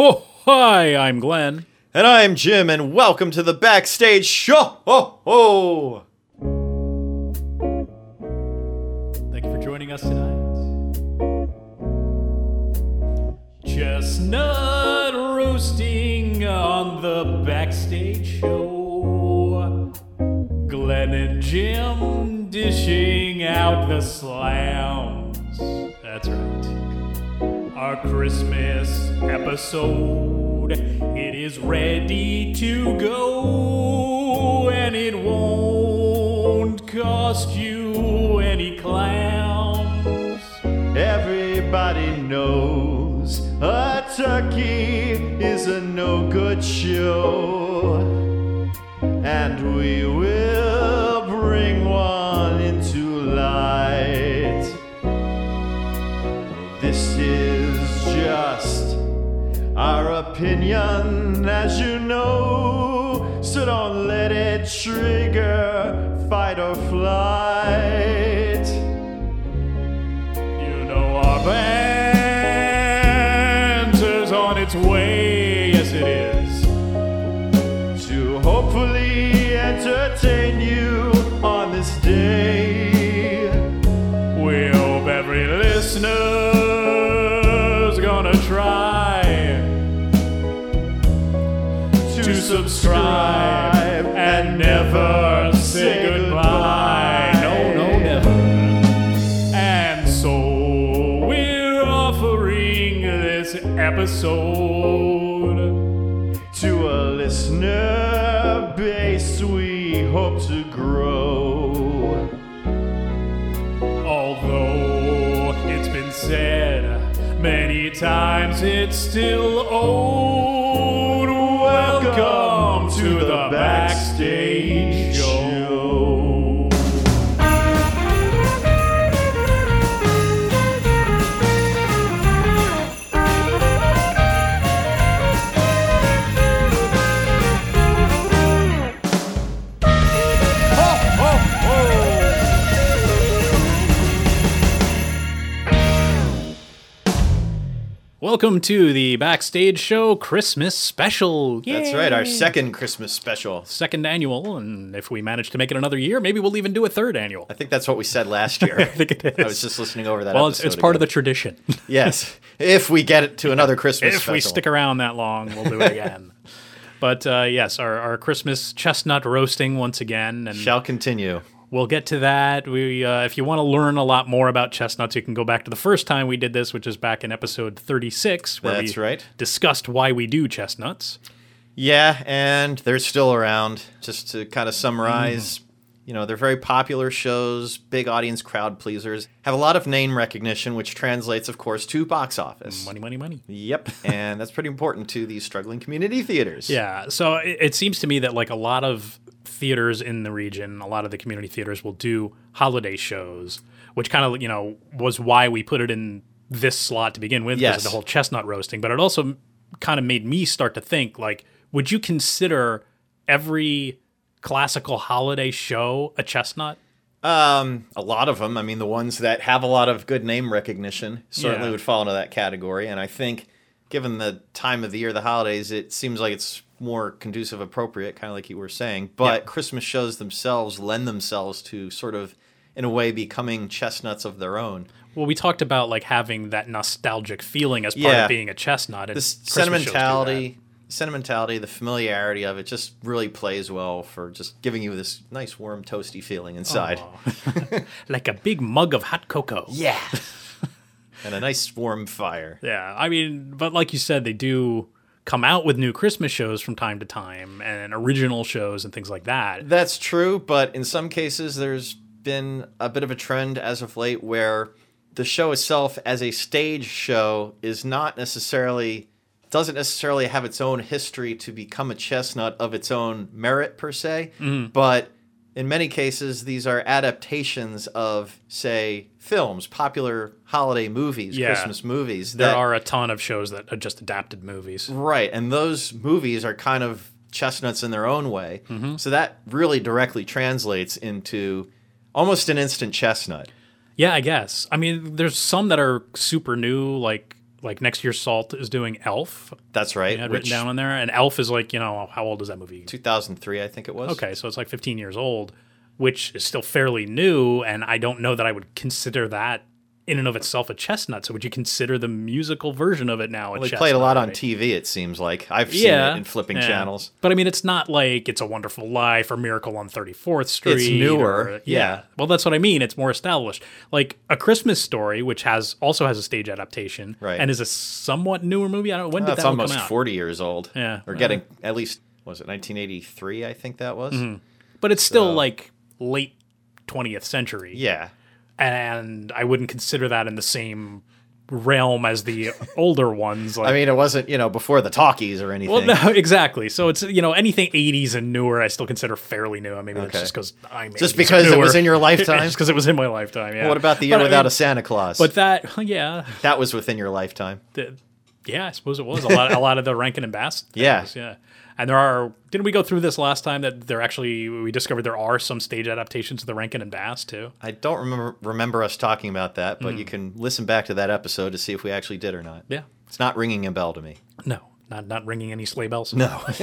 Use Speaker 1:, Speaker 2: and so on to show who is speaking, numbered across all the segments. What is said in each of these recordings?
Speaker 1: Hi, I'm Glenn.
Speaker 2: And I'm Jim, and welcome to the Backstage Show! Ho, ho.
Speaker 1: Thank you for joining us tonight. Chestnut roasting on the backstage show. Glenn and Jim dishing out the slams. That's right. Our Christmas episode. It is ready to go, and it won't cost you any clowns.
Speaker 2: Everybody knows a turkey is a no good show. And we will bring one into light. This is just our opinion, as you know. So don't let it trigger fight or flight.
Speaker 1: You know our banter's on its way. Yes, it is.
Speaker 2: to hopefully entertain you on this day.
Speaker 1: We hope every listener's gonna try.
Speaker 2: To,
Speaker 1: to subscribe and never say goodbye. No, no, never. And so we're offering this episode.
Speaker 2: To a listener base we hope to grow.
Speaker 1: Although it's been said many times, it's still old. Welcome to the backstage show. Welcome to the Backstage Show Christmas Special.
Speaker 2: That's right, our second Christmas special.
Speaker 1: second annual, and if we manage to make it another year, maybe we'll even do a third annual.
Speaker 2: I think that's what we said last year. I
Speaker 1: think it is.
Speaker 2: was just listening over that.
Speaker 1: Well, it's,
Speaker 2: episode
Speaker 1: it's part of the
Speaker 2: again.
Speaker 1: tradition.
Speaker 2: yes. If we get it to another Christmas,
Speaker 1: if we
Speaker 2: special.
Speaker 1: stick around that long, we'll do it again. but uh, yes, our, our Christmas chestnut roasting once again, and
Speaker 2: shall continue.
Speaker 1: we'll get to that. We, uh, if you want to learn a lot more about chestnuts, you can go back to the first time we did this, which is back in episode 36, where
Speaker 2: That's
Speaker 1: we
Speaker 2: right.
Speaker 1: discussed why we do chestnuts.
Speaker 2: Yeah, and they're still around. Just to kind of summarize, you know, they're very popular shows, big audience crowd pleasers, have a lot of name recognition, which translates, of course, to box office.
Speaker 1: Money, money, money.
Speaker 2: Yep, and that's pretty important to these struggling community theaters.
Speaker 1: Yeah. So it, it seems to me that like a lot of theaters in the region, a lot of the community theaters will do holiday shows, which kind of you know was why we put it in this slot to begin with because
Speaker 2: Yes.
Speaker 1: of the whole chestnut roasting. But it also kind of made me start to think like, would you consider every classical holiday show a chestnut?
Speaker 2: Um, a lot of them. I mean, the ones that have a lot of good name recognition certainly
Speaker 1: Yeah.
Speaker 2: would fall into that category. And I think, given the time of the year, the holidays, it seems like it's more conducive, appropriate, kind of like you were saying. But Christmas shows themselves lend themselves to sort of, in a way, becoming chestnuts of their own.
Speaker 1: Well, we talked about like having that nostalgic feeling as part
Speaker 2: Yeah.
Speaker 1: of being a chestnut. And
Speaker 2: The
Speaker 1: Christmas shows do that.
Speaker 2: sentimentality, sentimentality, the familiarity of it just really plays well for just giving you this nice, warm, toasty feeling inside.
Speaker 1: like a big mug of hot cocoa.
Speaker 2: Yeah. and a nice warm fire.
Speaker 1: Yeah, I mean, but like you said, they do come out with new Christmas shows from time to time and original shows and things like that.
Speaker 2: That's true, but in some cases, there's been a bit of a trend as of late where the show itself, as a stage show, is not necessarily doesn't necessarily have its own history to become a chestnut of its own merit per se,
Speaker 1: Mm-hmm.
Speaker 2: but in many cases, these are adaptations of, say, films, popular holiday movies,
Speaker 1: Yeah.
Speaker 2: Christmas movies.
Speaker 1: There
Speaker 2: that-
Speaker 1: are a ton of shows that are just adapted movies.
Speaker 2: Right, and those movies are kind of chestnuts in their own way.
Speaker 1: Mm-hmm.
Speaker 2: So that really directly translates into almost an instant chestnut.
Speaker 1: Yeah, I guess. I mean, there's some that are super new, like like next year Salt is doing Elf.
Speaker 2: That's right.
Speaker 1: I had written down in there, and Elf is like you know how old is that movie?
Speaker 2: 2003, I think it was.
Speaker 1: Okay, so it's like 15 years old, which is still fairly new, and I don't know that I would consider that in and of itself a chestnut. So would you consider the musical version of it now?
Speaker 2: Well, they played a lot on TV. It seems like I've seen it in flipping
Speaker 1: yeah.
Speaker 2: channels.
Speaker 1: But I mean, it's not like it's a Wonderful Life or Miracle on 34th Street.
Speaker 2: It's newer,
Speaker 1: or-
Speaker 2: yeah.
Speaker 1: Well, that's what I mean. It's more established. Like a Christmas Story, which has also has a stage adaptation,
Speaker 2: Right.
Speaker 1: and is a somewhat newer movie. I don't. When did
Speaker 2: That's
Speaker 1: that one
Speaker 2: almost
Speaker 1: come out?
Speaker 2: 40 years old.
Speaker 1: Yeah,
Speaker 2: Or
Speaker 1: well.
Speaker 2: getting at least was it 1983? I think that was.
Speaker 1: Mm-hmm. But it's still like late 20th century.
Speaker 2: Yeah.
Speaker 1: and I wouldn't consider that in the same realm as the older ones. Like,
Speaker 2: I mean, it wasn't you know before the talkies or anything.
Speaker 1: well, no, exactly. So it's you know anything '80s and newer, I still consider fairly new. I mean,
Speaker 2: Okay.
Speaker 1: that's just because I'm
Speaker 2: Just because it was in your lifetime?
Speaker 1: just because it was in my lifetime. Yeah.
Speaker 2: What about the year
Speaker 1: But I
Speaker 2: without
Speaker 1: mean,
Speaker 2: a Santa Claus?
Speaker 1: But that, yeah,
Speaker 2: that was within your lifetime.
Speaker 1: the- yeah, I suppose it was a lot. a lot of the Rankin and Bass. things,
Speaker 2: Yeah.
Speaker 1: yeah. And there are didn't we go through this last time that there actually we discovered there are some stage adaptations of the Rankin and Bass too.
Speaker 2: I don't remember remember us talking about that, but you can listen back to that episode to see if we actually did or not.
Speaker 1: Mm. Yeah.
Speaker 2: It's not ringing a bell to me.
Speaker 1: No, not not ringing any sleigh bells.
Speaker 2: No.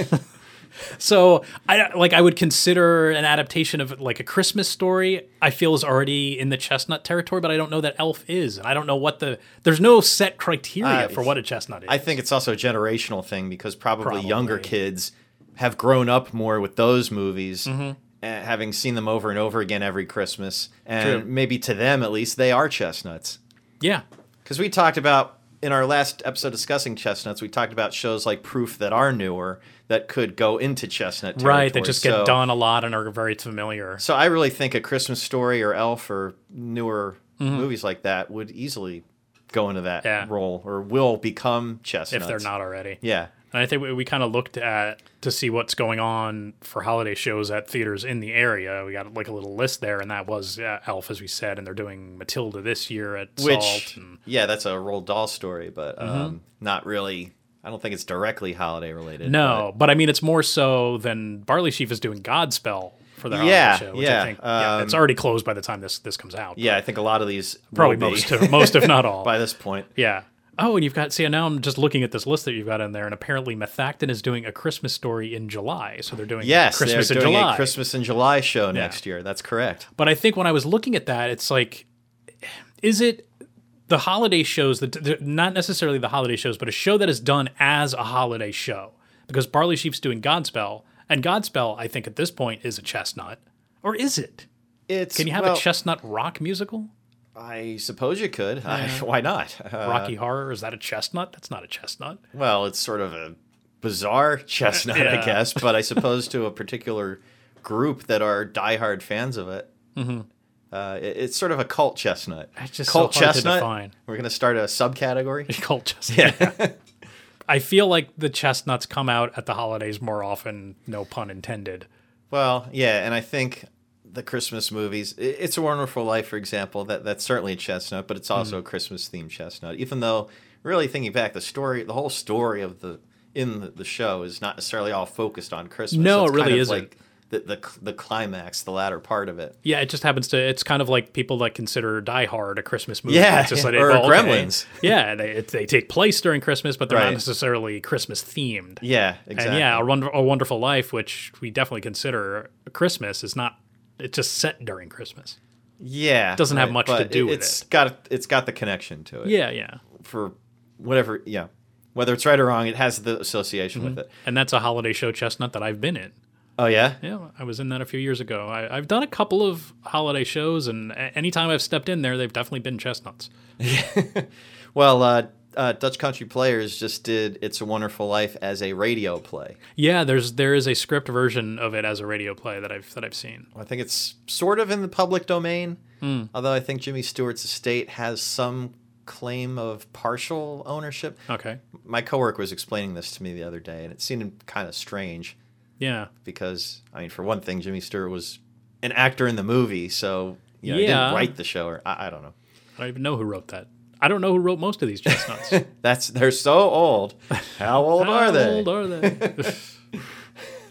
Speaker 1: So I like I would consider an adaptation of like a Christmas story. I feel is already in the chestnut territory, but I don't know that Elf is, and I don't know what the there's no set criteria
Speaker 2: Uh,
Speaker 1: for what a chestnut is.
Speaker 2: I think it's also a generational thing because probably,
Speaker 1: Probably.
Speaker 2: younger kids have grown up more with those movies,
Speaker 1: Mm-hmm.
Speaker 2: eh, having seen them over and over again every Christmas. And
Speaker 1: True.
Speaker 2: maybe to them, at least, they are chestnuts.
Speaker 1: yeah,
Speaker 2: Because we talked about in our last episode discussing chestnuts, we talked about shows like Proof that are newer that could go into chestnut territory.
Speaker 1: right. They just get
Speaker 2: So-
Speaker 1: done a lot and are very familiar.
Speaker 2: So I really think a Christmas Story or Elf or newer movies like that would easily go into that
Speaker 1: Mm-hmm. Yeah.
Speaker 2: role or will become
Speaker 1: If
Speaker 2: chestnuts.
Speaker 1: they're not already,
Speaker 2: Yeah.
Speaker 1: and I think we, we kind of looked at to see what's going on for holiday shows at theaters in the area. We got like a little list there, and that was uh, Elf, as we said, and they're doing Matilda this year at Salt.
Speaker 2: Which,
Speaker 1: and- Mm-hmm.
Speaker 2: yeah, that's a Roald Dahl story, but um, not really. I don't think it's directly holiday related.
Speaker 1: No, but, I mean it's more so than Barley Sheaf is doing Godspell for their
Speaker 2: Yeah,
Speaker 1: holiday show, which
Speaker 2: yeah,
Speaker 1: I think yeah, it's
Speaker 2: um,
Speaker 1: already closed by the time this this comes out.
Speaker 2: but- Yeah, I think a lot of these will
Speaker 1: probably
Speaker 2: be
Speaker 1: most of, most if not all.
Speaker 2: by this point.
Speaker 1: yeah. Oh, and you've got see now I'm just looking at this list that you've got in there, and apparently Methacton is doing a Christmas story in July, so they're doing
Speaker 2: Yes,
Speaker 1: Christmas
Speaker 2: they're
Speaker 1: in
Speaker 2: doing
Speaker 1: July.
Speaker 2: a Christmas in July show next year. That's correct.
Speaker 1: But I think when I was looking at that, it's like, is it the holiday shows that th- not necessarily the holiday shows, but a show that is done as a holiday show? Because Barley Sheep's doing Godspell, and Godspell, I think at this point is a chestnut, or is it?
Speaker 2: It's
Speaker 1: Can you have
Speaker 2: well,
Speaker 1: a chestnut rock musical?
Speaker 2: I suppose you could. I, why not? Uh,
Speaker 1: Rocky Horror is that a chestnut? That's not a chestnut.
Speaker 2: Well, it's sort of a bizarre chestnut, I
Speaker 1: Yeah.
Speaker 2: guess, but I suppose to a particular group that are diehard fans of it. Uh, it- it's sort of a cult chestnut.
Speaker 1: It's Mm-hmm. just so
Speaker 2: cult
Speaker 1: hard to
Speaker 2: chestnut.
Speaker 1: define.
Speaker 2: We're going to start a subcategory.
Speaker 1: Cult chestnut. I feel like the chestnuts come out at the holidays more often. No pun intended.
Speaker 2: Well, yeah, and I think the Christmas movies, i- It's a Wonderful Life, for example, that that's certainly a chestnut, but it's
Speaker 1: Hmm.
Speaker 2: also a Christmas themed chestnut. Even though, really thinking back, the story, the whole story of the in the, the show is not necessarily all focused on Christmas.
Speaker 1: No,
Speaker 2: It's
Speaker 1: it really
Speaker 2: kind of
Speaker 1: isn't.
Speaker 2: Like the, the the climax, the latter part of it.
Speaker 1: Yeah, it just happens to. It's kind of like people that consider Die Hard a Christmas movie.
Speaker 2: Yeah,
Speaker 1: it's just
Speaker 2: or
Speaker 1: okay.
Speaker 2: Gremlins.
Speaker 1: Yeah, they it, they take place during Christmas, but they're
Speaker 2: Right.
Speaker 1: not necessarily Christmas themed.
Speaker 2: Yeah, exactly.
Speaker 1: And yeah, a, Wonder- a Wonderful Life, which we definitely consider Christmas, is not. It's just set during Christmas.
Speaker 2: yeah,
Speaker 1: doesn't have much to
Speaker 2: but
Speaker 1: do with
Speaker 2: It's got it's got the connection to it.
Speaker 1: Yeah, yeah,
Speaker 2: for whatever. Yeah, whether it's right or wrong, it has the association with it.
Speaker 1: and that's a holiday show chestnut that I've been in.
Speaker 2: Oh yeah,
Speaker 1: Yeah, I was in that a few years ago. I, I've done a couple of holiday shows, and a- anytime I've stepped in there, they've definitely been chestnuts.
Speaker 2: Well, uh, uh, Dutch Country Players just did "It's a Wonderful Life" as a radio play.
Speaker 1: Yeah, there's there is a script version of it as a radio play that I've that I've seen.
Speaker 2: I think it's sort of in the public domain,
Speaker 1: Hmm.
Speaker 2: although I think Jimmy Stewart's estate has some claim of partial ownership.
Speaker 1: Okay.
Speaker 2: My coworker was explaining this to me the other day, and it seemed kind of strange
Speaker 1: Yeah.
Speaker 2: because, I mean, for one thing, Jimmy Stewart was an actor in the movie, so you know, he didn't
Speaker 1: Yeah.
Speaker 2: write the show, or I, I don't know.
Speaker 1: I don't even know who wrote that. I don't know who wrote most of these chestnuts.
Speaker 2: That's they're so old. How old
Speaker 1: How
Speaker 2: are they?
Speaker 1: old are they?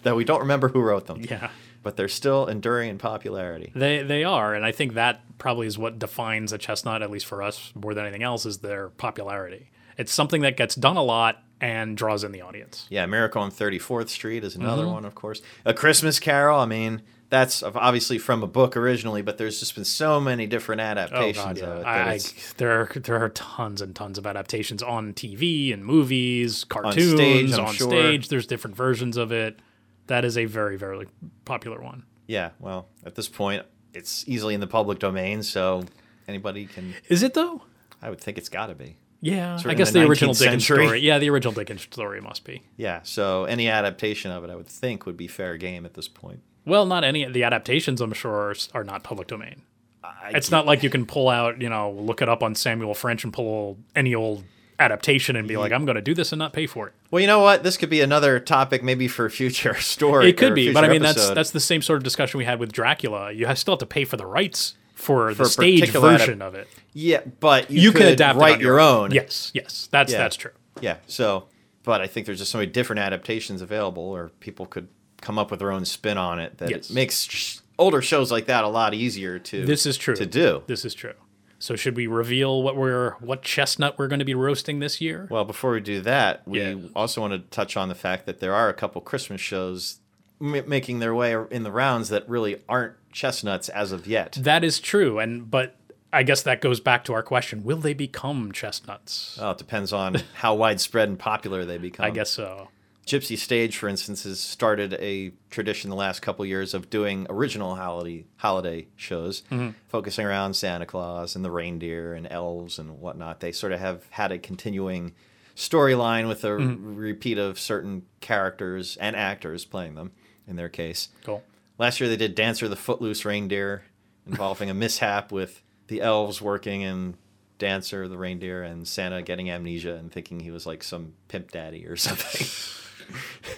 Speaker 2: That we don't remember who wrote them.
Speaker 1: yeah,
Speaker 2: But they're still enduring in popularity.
Speaker 1: they they are, and I think that probably is what defines a chestnut, at least for us, more than anything else, is their popularity. It's something that gets done a lot and draws in the audience.
Speaker 2: Yeah, Miracle on 34th Street is another
Speaker 1: Mm-hmm.
Speaker 2: one, of course. A Christmas Carol, I mean, that's obviously from a book originally, but there's just been so many different
Speaker 1: Oh
Speaker 2: adaptations
Speaker 1: god, yeah.
Speaker 2: of it. that
Speaker 1: I, I-
Speaker 2: it's
Speaker 1: there are there are tons and tons of adaptations on TV and movies, cartoons, on
Speaker 2: stage,
Speaker 1: stage.
Speaker 2: I'm sure.
Speaker 1: There's different versions of it. That is a very very popular one.
Speaker 2: yeah, well, at this point, it's easily in the public domain, so anybody can.
Speaker 1: Is it though?
Speaker 2: I would think it's got to be.
Speaker 1: Yeah,
Speaker 2: Sort of
Speaker 1: I guess
Speaker 2: in the
Speaker 1: the, original
Speaker 2: 19th
Speaker 1: Dickens
Speaker 2: century.
Speaker 1: story. Yeah, the original Dickens story must be.
Speaker 2: Yeah, so any adaptation of it, I would think, would be fair game at this point.
Speaker 1: Well, not any of the adaptations. I'm sure are, are not public domain.
Speaker 2: I,
Speaker 1: It's not like you can pull out, you know, look it up on Samuel French and pull any old adaptation and be like, I'm going to do this and not pay for it.
Speaker 2: Well, you know what? This could be another topic, maybe for a future story.
Speaker 1: it could
Speaker 2: or
Speaker 1: be,
Speaker 2: a
Speaker 1: but I
Speaker 2: future
Speaker 1: mean that's
Speaker 2: episode.
Speaker 1: that's the same sort of discussion we had with Dracula. You have, still have to pay for the rights for,
Speaker 2: For a
Speaker 1: the stage
Speaker 2: particular adap-
Speaker 1: version of it.
Speaker 2: yeah, but you,
Speaker 1: You
Speaker 2: could
Speaker 1: can adapt it
Speaker 2: write
Speaker 1: on
Speaker 2: your own.
Speaker 1: Yes, yes, that's
Speaker 2: Yeah.
Speaker 1: that's true.
Speaker 2: Yeah. So, but I think there's just so many different adaptations available, or people could come up with their own spin on it that
Speaker 1: Yes.
Speaker 2: it makes sh- older shows like that a lot easier to
Speaker 1: This is true.
Speaker 2: to do.
Speaker 1: This is true. So should we reveal what we're what chestnut we're going to be roasting this year?
Speaker 2: Well, before we do that, we
Speaker 1: Yeah.
Speaker 2: also want to touch on the fact that there are a couple Christmas shows m- making their way in the rounds that really aren't chestnuts as of yet.
Speaker 1: That is true, and but I guess that goes back to our question: Will they become chestnuts?
Speaker 2: Oh, it depends on how widespread and popular they become.
Speaker 1: I guess so.
Speaker 2: Gypsy Stage, for instance, has started a tradition the last couple years of doing original holiday holiday shows, focusing around Santa Claus and the reindeer and elves and whatnot. They sort of have had a continuing storyline with a repeat of certain characters and actors playing them. In their case,
Speaker 1: Cool.
Speaker 2: last year they did Dancer the Footloose Reindeer, involving a mishap with the elves working and Dancer the reindeer and Santa getting amnesia and thinking he was like some pimp daddy or something.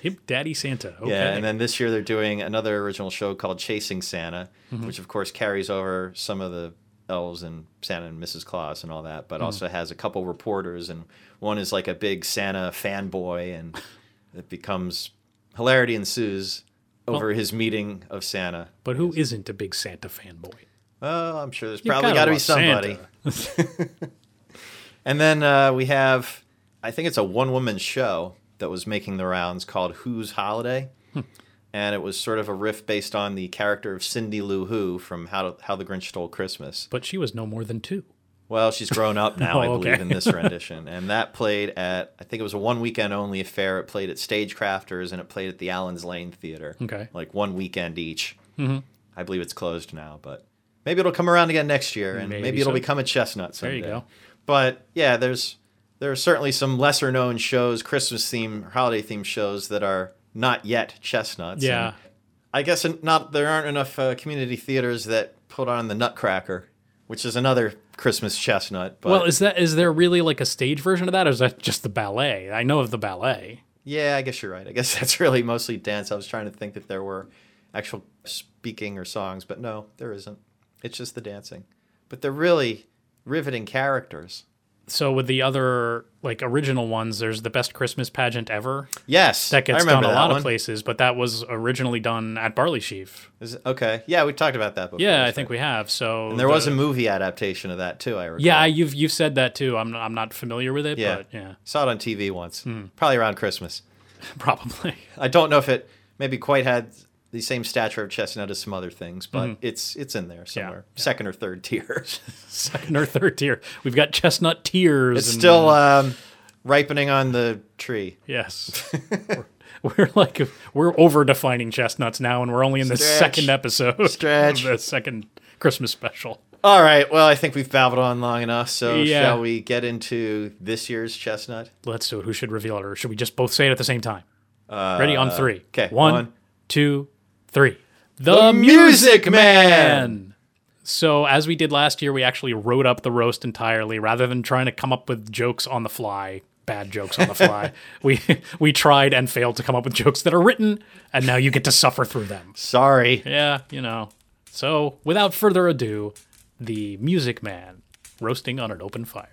Speaker 1: Hip Daddy Santa. Okay.
Speaker 2: Yeah, and then this year they're doing another original show called Chasing Santa,
Speaker 1: Mm-hmm.
Speaker 2: which of course carries over some of the elves and Santa and Mrs. Claus and all that,
Speaker 1: Mm-hmm.
Speaker 2: but also has a couple reporters and one is like a big Santa fanboy and it becomes hilarity ensues over his meeting of Santa.
Speaker 1: but who isn't a big Santa fanboy?
Speaker 2: Well, I'm sure there's
Speaker 1: You
Speaker 2: probably got
Speaker 1: gotta
Speaker 2: to be
Speaker 1: love
Speaker 2: somebody.
Speaker 1: Santa.
Speaker 2: And then uh, we have, I think it's a one woman show that was making the rounds called Who's Holiday. And it was sort of a riff based on the character of Cindy Lou Who from How, to, How the Grinch Stole Christmas.
Speaker 1: But she was no more than two.
Speaker 2: Well, she's grown up now, I
Speaker 1: Oh, okay.
Speaker 2: believe, in this rendition. And that played at, I think it was a one weekend only affair. It played at Stagecrafters and it played at the Allen's Lane Theater.
Speaker 1: Okay.
Speaker 2: Like one weekend each. Mm-hmm. I believe it's closed now, but maybe it'll come around again next year and maybe,
Speaker 1: Maybe
Speaker 2: it'll
Speaker 1: so.
Speaker 2: become a chestnut someday.
Speaker 1: you go.
Speaker 2: But yeah, there's there are certainly some lesser known shows, Christmas theme, holiday themed shows that are not yet chestnuts.
Speaker 1: Yeah.
Speaker 2: And I guess in- not there aren't enough uh, community theaters that put on the Nutcracker, which is another Christmas chestnut. But
Speaker 1: Well, is that is there really like a stage version of that, or is that just the ballet? I know of the ballet.
Speaker 2: yeah, I guess you're right. I guess that's really mostly dance. I was trying to think that there were actual speaking or songs, but no, there isn't. It's just the dancing. But they're really riveting characters.
Speaker 1: So with the other like original ones, there's the best Christmas pageant ever
Speaker 2: Yes,
Speaker 1: that
Speaker 2: I
Speaker 1: gets done
Speaker 2: remember
Speaker 1: a
Speaker 2: that
Speaker 1: lot
Speaker 2: one.
Speaker 1: of places, but that was originally done at Barley Sheaf.
Speaker 2: Is it- okay, yeah, we talked about that before.
Speaker 1: Yeah, I
Speaker 2: so-
Speaker 1: think we have. So
Speaker 2: And there was
Speaker 1: the-
Speaker 2: a movie adaptation of that too. I recall.
Speaker 1: yeah. You've you've said that too. I'm I'm not familiar with it,
Speaker 2: Um, Yeah.
Speaker 1: but yeah, Hmm.
Speaker 2: saw it on TV once, probably around Christmas.
Speaker 1: probably.
Speaker 2: I don't know if it maybe quite had the same stature of chestnut as some other things, but
Speaker 1: Mm-hmm.
Speaker 2: it's it's in there somewhere, second or third tier.
Speaker 1: Second or third tier. We've got chestnut tears.
Speaker 2: it's
Speaker 1: and, uh,
Speaker 2: still um, ripening on the tree.
Speaker 1: yes. we're, we're like we're over defining chestnuts now, and we're only in the
Speaker 2: Stretch.
Speaker 1: second episode.
Speaker 2: Stretch.
Speaker 1: Of the second Christmas special.
Speaker 2: All right, well, I think we've babbled on long enough, so
Speaker 1: Yeah.
Speaker 2: shall we get into this year's chestnut?
Speaker 1: Let's do it. Who should reveal it, or should we just both say it at the same time? Ready on three.
Speaker 2: 'kay. Uh, One.
Speaker 1: One, two, three. The,
Speaker 2: Music
Speaker 1: Music
Speaker 2: Man!
Speaker 1: Man. So as we did last year, we actually wrote up the roast entirely rather than trying to come up with jokes on the fly. Bad jokes on the fly. we we tried and failed to come up with jokes that are written, and now you get to suffer through them.
Speaker 2: Sorry.
Speaker 1: Yeah, you know. So without further ado, the Music Man roasting on an open fire.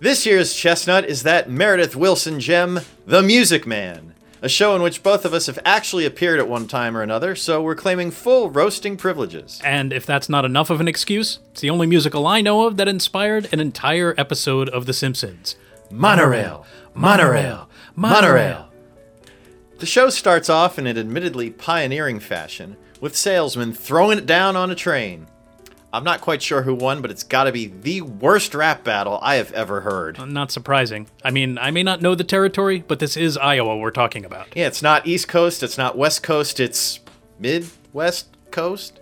Speaker 2: This year's chestnut is that Meredith Wilson gem, The Music Man. a show in which both of us have actually appeared at one time or another, so we're claiming full roasting privileges.
Speaker 1: And if that's not enough of an excuse, it's the only musical I know of that inspired an entire episode of The Simpsons.
Speaker 2: Monorail, monorail, monorail. The show starts off in an admittedly pioneering fashion, with salesmen throwing it down on a train. I'm not quite sure who won, but it's gotta be the worst rap battle I have ever heard.
Speaker 1: Not surprising. I mean, I may not know the territory, but this is Iowa we're talking about.
Speaker 2: Yeah, it's not East Coast, it's not West Coast, it's Midwest Coast.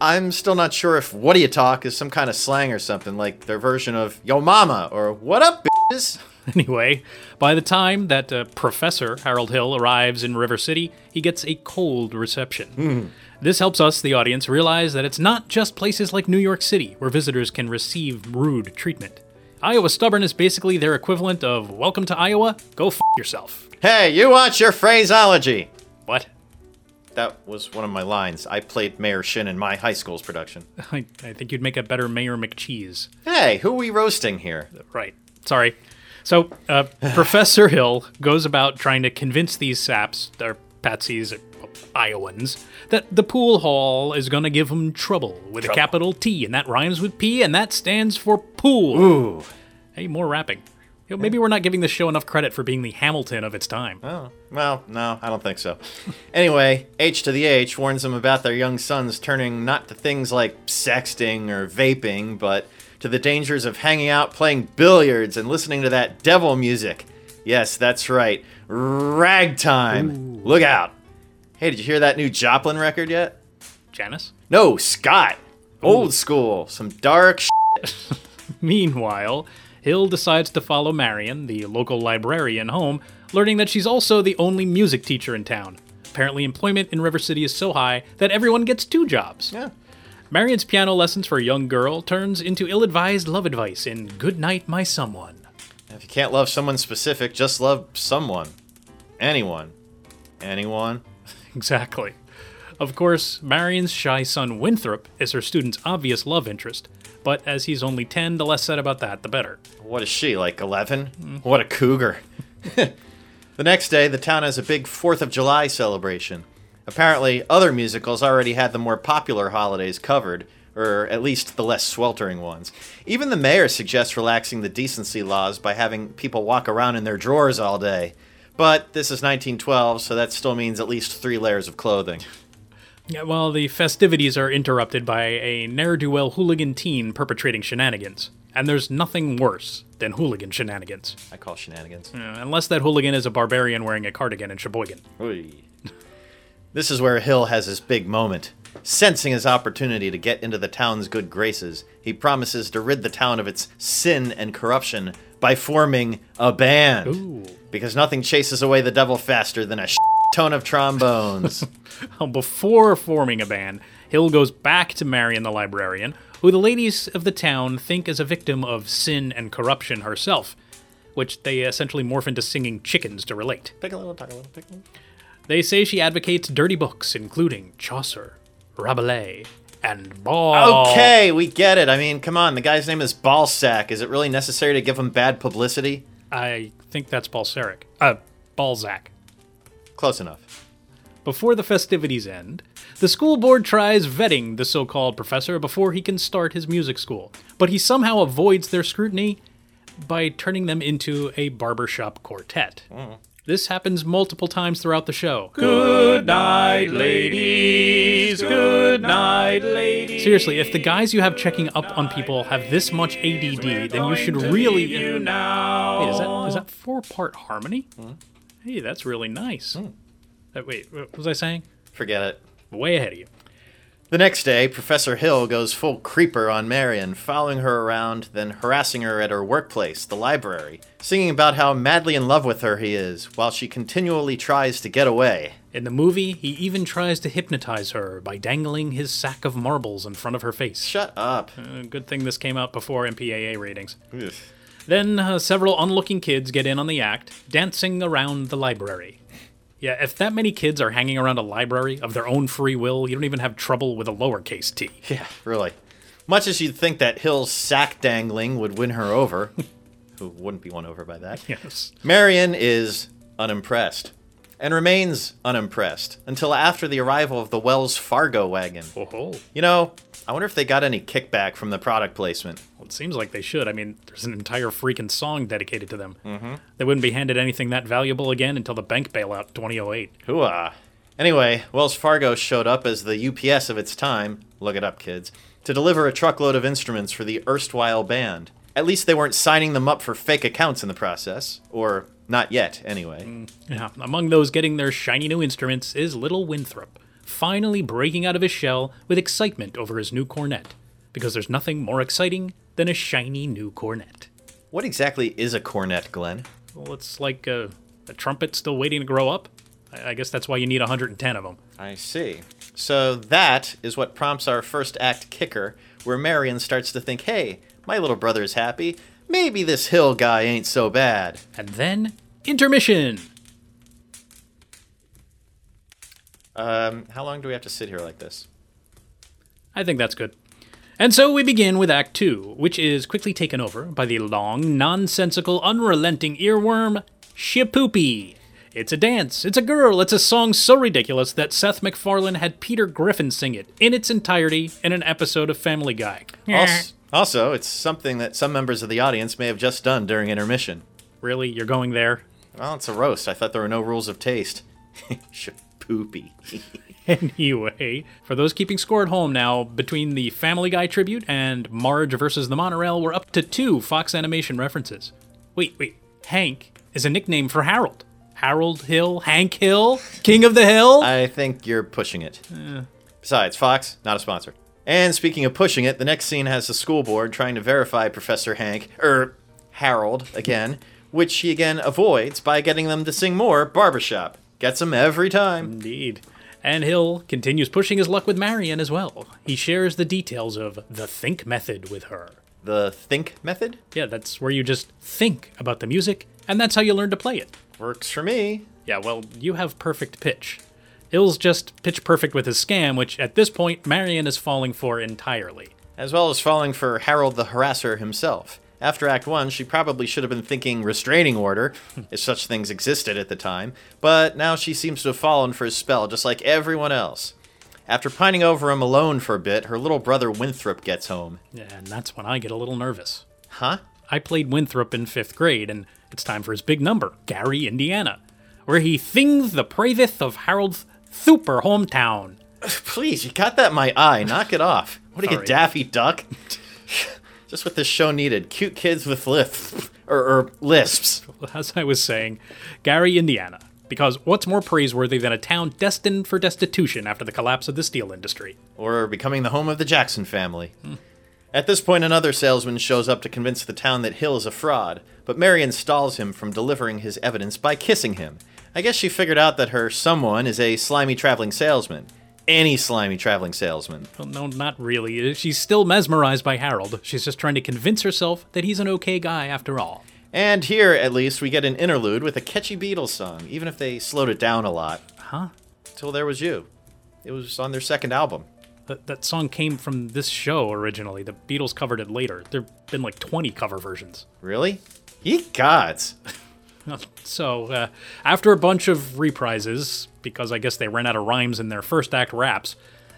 Speaker 2: I'm still not sure if what do you talk is some kind of slang or something, like their version of yo mama or what up, bitches?
Speaker 1: Anyway, by the time that uh, Professor Harold Hill arrives in River City, he gets a cold reception. This helps us, the audience, realize that it's not just places like New York City where visitors can receive rude treatment. Iowa Stubborn is basically their equivalent of Welcome to Iowa, go f yourself.
Speaker 2: Hey, you watch your phraseology!
Speaker 1: What?
Speaker 2: That was one of my lines. I played Mayor Shin in my high school's production.
Speaker 1: I, I think you'd make a better Mayor McCheese.
Speaker 2: Hey, who we roasting here?
Speaker 1: Right. Sorry. So, uh, Professor Hill goes about trying to convince these saps, or patsies, or Iowans, that the pool hall is going to give them trouble with a capital T, and that rhymes with P, and that stands for pool.
Speaker 2: Ooh.
Speaker 1: Hey, more rapping. You know, maybe we're not giving this show enough credit for being the Hamilton of its time.
Speaker 2: Oh, well, no, I don't think so. Anyway, H to the H warns them about their young sons turning not to things like sexting or vaping, but to the dangers of hanging out, playing billiards, and listening to that devil music. Yes, that's right. Ragtime. Look out. Hey, did you hear that new Joplin record yet?
Speaker 1: Janice?
Speaker 2: No, Scott. Old school. Some dark shit.
Speaker 1: Meanwhile, Hill decides to follow Marion, the local librarian, home, learning that she's also the only music teacher in town. Apparently, employment in River City is so high that everyone gets two jobs.
Speaker 2: Yeah.
Speaker 1: Marion's piano lessons for a young girl turns into ill advised love advice in Good Night, My Someone.
Speaker 2: If you can't love someone specific, just love someone. Anyone. Anyone.
Speaker 1: Exactly. Of course, Marion's shy son Winthrop is her student's obvious love interest, but as he's only 10, the less said about that, the better.
Speaker 2: What is she, like 11? What a cougar. the next day, the town has a big 4th of July celebration. Apparently, other musicals already had the more popular holidays covered, or at least the less sweltering ones. Even the mayor suggests relaxing the decency laws by having people walk around in their drawers all day. But this is 1912, so that still means at least three layers of clothing.
Speaker 1: Yeah, well, the festivities are interrupted by a ne'er do well hooligan teen perpetrating shenanigans. And there's nothing worse than hooligan shenanigans.
Speaker 2: I call shenanigans.
Speaker 1: Uh, unless that hooligan is a barbarian wearing a cardigan and Sheboygan.
Speaker 2: This is where Hill has his big moment. Sensing his opportunity to get into the town's good graces, he promises to rid the town of its sin and corruption by forming a band. Because nothing chases away the devil faster than a shit ton of trombones.
Speaker 1: Before forming a band, Hill goes back to Marion the librarian, who the ladies of the town think is a victim of sin and corruption herself, which they essentially morph into singing chickens to relate.
Speaker 2: pick a little, talk a little, pick a little.
Speaker 1: They say she advocates dirty books, including Chaucer, Rabelais, and Ball.
Speaker 2: Okay, we get it. I mean, come on, the guy's name is Ballsack. Is it really necessary to give him bad publicity?
Speaker 1: I think that's Balseric. Uh, Balzac.
Speaker 2: Close enough.
Speaker 1: Before the festivities end, the school board tries vetting the so called professor before he can start his music school, but he somehow avoids their scrutiny by turning them into a barbershop quartet. This happens multiple times throughout the show. Good night, ladies. Good night, ladies. Seriously, if the guys you have checking up on people have this much ADD, then you should really. You now. Hmm. Wait, is that, is that four part harmony? Hey, that's really nice. Uh, wait, what was I saying?
Speaker 2: Forget it.
Speaker 1: Way ahead of you.
Speaker 2: The next day, Professor Hill goes full creeper on Marion, following her around, then harassing her at her workplace, the library, singing about how madly in love with her he is, while she continually tries to get away.
Speaker 1: In the movie, he even tries to hypnotize her by dangling his sack of marbles in front of her face.
Speaker 2: Shut up.
Speaker 1: Uh, good thing this came out before MPAA ratings. Then uh, several unlooking kids get in on the act, dancing around the library. Yeah, if that many kids are hanging around a library of their own free will, you don't even have trouble with a lowercase t.
Speaker 2: Yeah, really. Much as you'd think that Hill's sack dangling would win her over, who wouldn't be won over by that,
Speaker 1: Yes.
Speaker 2: Marion is unimpressed. and remains unimpressed until after the arrival of the Wells Fargo wagon.
Speaker 1: Oh,
Speaker 2: You know, I wonder if they got any kickback from the product placement.
Speaker 1: well, it seems like they should. I mean, there's an entire freaking song dedicated to them. Mm-hmm. They wouldn't be handed anything that valuable again until the bank bailout 2008.
Speaker 2: Hooah. Anyway, Wells Fargo showed up as the UPS of its time, look it up, kids, to deliver a truckload of instruments for the erstwhile band. At least they weren't signing them up for fake accounts in the process. Or not yet, anyway.
Speaker 1: Yeah, among those getting their shiny new instruments is little Winthrop, finally breaking out of his shell with excitement over his new cornet, because there's nothing more exciting than a shiny new cornet.
Speaker 2: What exactly is a cornet, Glenn?
Speaker 1: Well, it's like a, a trumpet still waiting to grow up. I, I guess that's why you need 110 of them.
Speaker 2: I see. So that is what prompts our first act kicker, where Marion starts to think, hey, my little brother is happy. Maybe this hill guy ain't so bad.
Speaker 1: And then, intermission!
Speaker 2: Um, how long do we have to sit here like this?
Speaker 1: I think that's good. And so we begin with Act 2, which is quickly taken over by the long, nonsensical, unrelenting earworm, Shipoopy. It's a dance, it's a girl, it's a song so ridiculous that Seth MacFarlane had Peter Griffin sing it in its entirety in an episode of Family Guy.
Speaker 2: Also, also, it's something that some members of the audience may have just done during intermission.
Speaker 1: Really? You're going there?
Speaker 2: Well, it's a roast. I thought there were no rules of taste. Shapoopy.
Speaker 1: Anyway, for those keeping score at home now, between the Family Guy tribute and Marge versus the Monorail, we're up to two Fox Animation references. Wait, wait. Hank is a nickname for Harold. Harold Hill, Hank Hill, King of the Hill.
Speaker 2: I think you're pushing it. Besides, Fox, not a sponsor. And speaking of pushing it, the next scene has the school board trying to verify Professor Hank, er, Harold, again, which he again avoids by getting them to sing more Barbershop. Gets them every time.
Speaker 1: Indeed. And Hill continues pushing his luck with Marion as well. He shares the details of the think method with her.
Speaker 2: The think method?
Speaker 1: Yeah, that's where you just think about the music, and that's how you learn to play it.
Speaker 2: Works for me.
Speaker 1: Yeah, well, you have perfect pitch. Ill's just pitch perfect with his scam, which at this point Marion is falling for entirely.
Speaker 2: as well as falling for Harold the Harasser himself. After Act 1, she probably should have been thinking restraining order, if such things existed at the time, but now she seems to have fallen for his spell, just like everyone else. After pining over him alone for a bit, her little brother Winthrop gets home.
Speaker 1: And that's when I get a little nervous.
Speaker 2: Huh?
Speaker 1: I played Winthrop in fifth grade, and it's time for his big number, Gary, Indiana, where he things the pravith of Harold's super hometown.
Speaker 2: Please, you got that in my eye. Knock it off. What are you,
Speaker 1: Sorry.
Speaker 2: Daffy Duck? just what this show needed cute kids with lisps. Or, or lisps.
Speaker 1: As I was saying, Gary, Indiana. Because what's more praiseworthy than a town destined for destitution after the collapse of the steel industry?
Speaker 2: or becoming the home of the Jackson family. At this point, another salesman shows up to convince the town that Hill is a fraud, but Marion stalls him from delivering his evidence by kissing him. I guess she figured out that her someone is a slimy traveling salesman. Any slimy traveling salesman.
Speaker 1: Well, no, not really. She's still mesmerized by Harold. She's just trying to convince herself that he's an okay guy after all.
Speaker 2: And here, at least, we get an interlude with a catchy Beatles song, even if they slowed it down a lot.
Speaker 1: Huh?
Speaker 2: Till There Was You. It was on their second album.
Speaker 1: That, that song came from this show originally. The Beatles covered it later. There have been like 20 cover versions.
Speaker 2: Really? Ye gods.
Speaker 1: So, uh, after a bunch of reprises, because I guess they ran out of rhymes in their first act raps,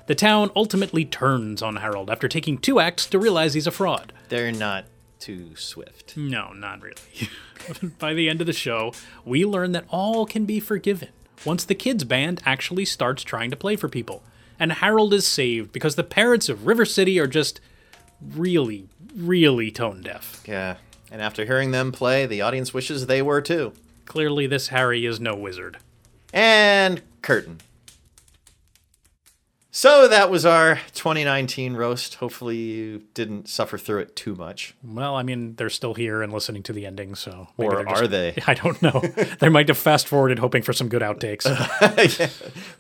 Speaker 1: the town ultimately turns on Harold after taking two acts to realize he's a fraud.
Speaker 2: They're not too swift.
Speaker 1: No, not really. By the end of the show, we learn that all can be forgiven once the kids' band actually starts trying to play for people. And Harold is saved because the parents of River City are just really, really tone deaf.
Speaker 2: Yeah. And after hearing them play, the audience wishes they were too.
Speaker 1: Clearly, this Harry is no wizard.
Speaker 2: And curtain. So that was our 2019 roast. Hopefully you didn't suffer through it too much.
Speaker 1: Well, I mean, they're still here and listening to the ending, so. maybe
Speaker 2: Or
Speaker 1: they're just-
Speaker 2: are they?
Speaker 1: I don't know. they might have fast forwarded hoping for some good outtakes.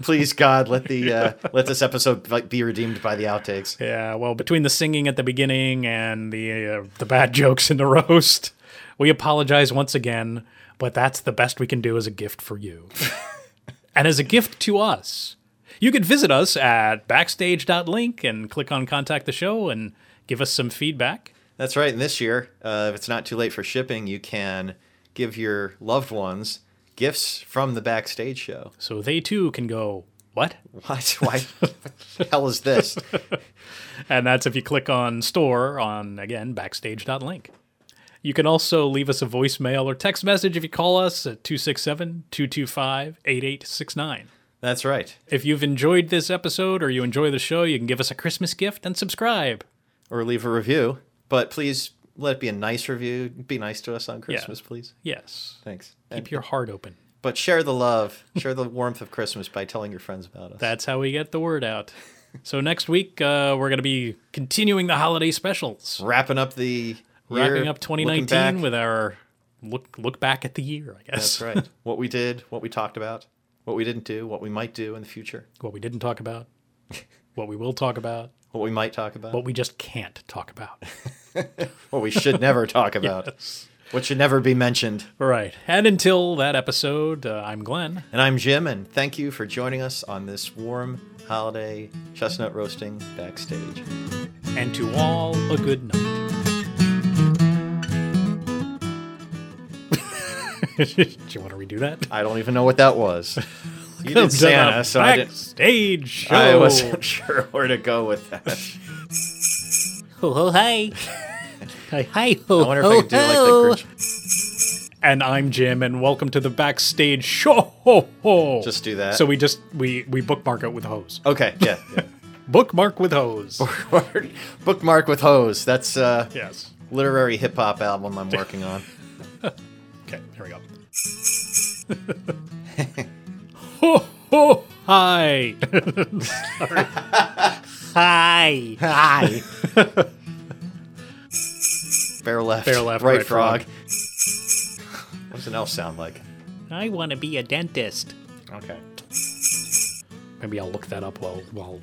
Speaker 2: Please God, let the uh, let this episode like, be redeemed by the outtakes.
Speaker 1: Yeah, well, between the singing at the beginning and the uh, the bad jokes in the roast, we apologize once again, but that's the best we can do as a gift for you. and as a gift to us, you could visit us at backstage.link and click on contact the show and give us some feedback.
Speaker 2: That's right. And this year, uh, if it's not too late for shipping, you can give your loved ones gifts from the backstage show.
Speaker 1: So they too can go, what?
Speaker 2: What? Why? what the hell is this?
Speaker 1: And that's if you click on store on, again, backstage.link. You can also leave us a voicemail or text message if you call us at 267 225 8869.
Speaker 2: That's right.
Speaker 1: If you've enjoyed this episode or you enjoy the show, you can give us a Christmas gift and subscribe.
Speaker 2: Or leave a review, but please let it be a nice review. Be nice to us on Christmas, please.
Speaker 1: Yes.
Speaker 2: Thanks.
Speaker 1: Keep
Speaker 2: And-
Speaker 1: your heart open.
Speaker 2: but share the love, share the warmth of Christmas by telling your friends about us.
Speaker 1: That's how we get the word out. So next week, uh, we're going to be continuing the holiday specials.
Speaker 2: wrapping up the
Speaker 1: wrapping
Speaker 2: year,
Speaker 1: up
Speaker 2: looking
Speaker 1: 2019
Speaker 2: back.
Speaker 1: with our look look back at the year, I guess.
Speaker 2: That's right. what we did, what we talked about, what we didn't do, what we might do in the future,
Speaker 1: what we didn't talk about, what we will talk about,
Speaker 2: what we might talk about,
Speaker 1: what we just can't talk about.
Speaker 2: what we should never talk about, what should never be mentioned.
Speaker 1: right. And until that episode, uh, I'm Glenn.
Speaker 2: And I'm Jim, and thank you for joining us on this warm holiday chestnut roasting backstage.
Speaker 1: And to all a good night. Do you want to redo that?
Speaker 2: I don't even know what that was. You did Santa, so I didn't.
Speaker 1: Backstage show.
Speaker 2: I wasn't sure where to go with that.
Speaker 1: Ho ho hey. Hi hi ho.
Speaker 2: I wonder if I could do like
Speaker 1: Oh,
Speaker 2: the Grinch.
Speaker 1: And I'm Jim, and welcome to the backstage show. Ho, ho.
Speaker 2: Just do that.
Speaker 1: So we just we we bookmark it with hose.
Speaker 2: Okay, yeah.
Speaker 1: Bookmark with hose.
Speaker 2: yeah. Bookmark with hose. That's uh,
Speaker 1: yes.
Speaker 2: literary hip hop album I'm working on.
Speaker 1: Okay. Here we go. ho ho hi. Sorry. hi.
Speaker 2: Hi. Bear left.
Speaker 1: Bear left,
Speaker 2: Right,
Speaker 1: right
Speaker 2: frog.
Speaker 1: frog.
Speaker 2: What's an elf sound like?
Speaker 1: I want to be a dentist.
Speaker 2: Okay.
Speaker 1: Maybe I'll look that up while while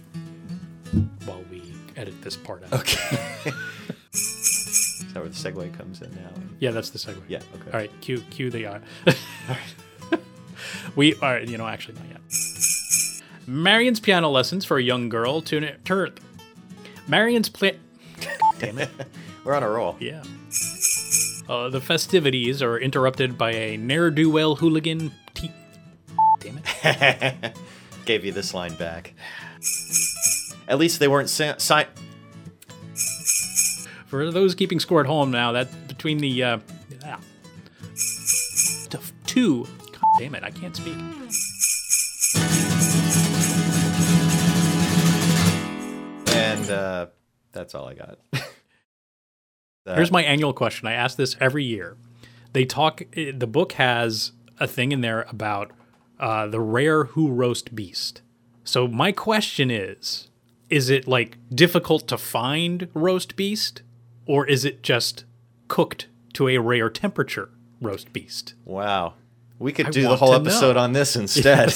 Speaker 1: while we edit this part out.
Speaker 2: Okay. Is that where the segue comes in now?
Speaker 1: Yeah, that's the segue.
Speaker 2: Yeah, okay.
Speaker 1: All right, cue cue the. Uh, all right. we are, you know, actually not yet. Marion's piano lessons for a young girl to turn. Marion's play. Damn it!
Speaker 2: We're on a roll.
Speaker 1: Yeah. Uh, the festivities are interrupted by a ne'er do well hooligan. Te- Damn it!
Speaker 2: Gave you this line back. At least they weren't si- si-
Speaker 1: For those keeping score at home now, that between the uh, ah. The f- two. God damn it! I can't speak.
Speaker 2: And uh, that's all I got. Uh,
Speaker 1: Here's my annual question. I ask this every year. They talk. eh, The book has a thing in there about uh, the rare who roast beast. So my question is: Is it like difficult to find roast beast, or is it just cooked to a rare temperature roast beast?
Speaker 2: Wow. We could
Speaker 1: I
Speaker 2: do the
Speaker 1: want
Speaker 2: whole
Speaker 1: to
Speaker 2: episode
Speaker 1: know.
Speaker 2: on this instead.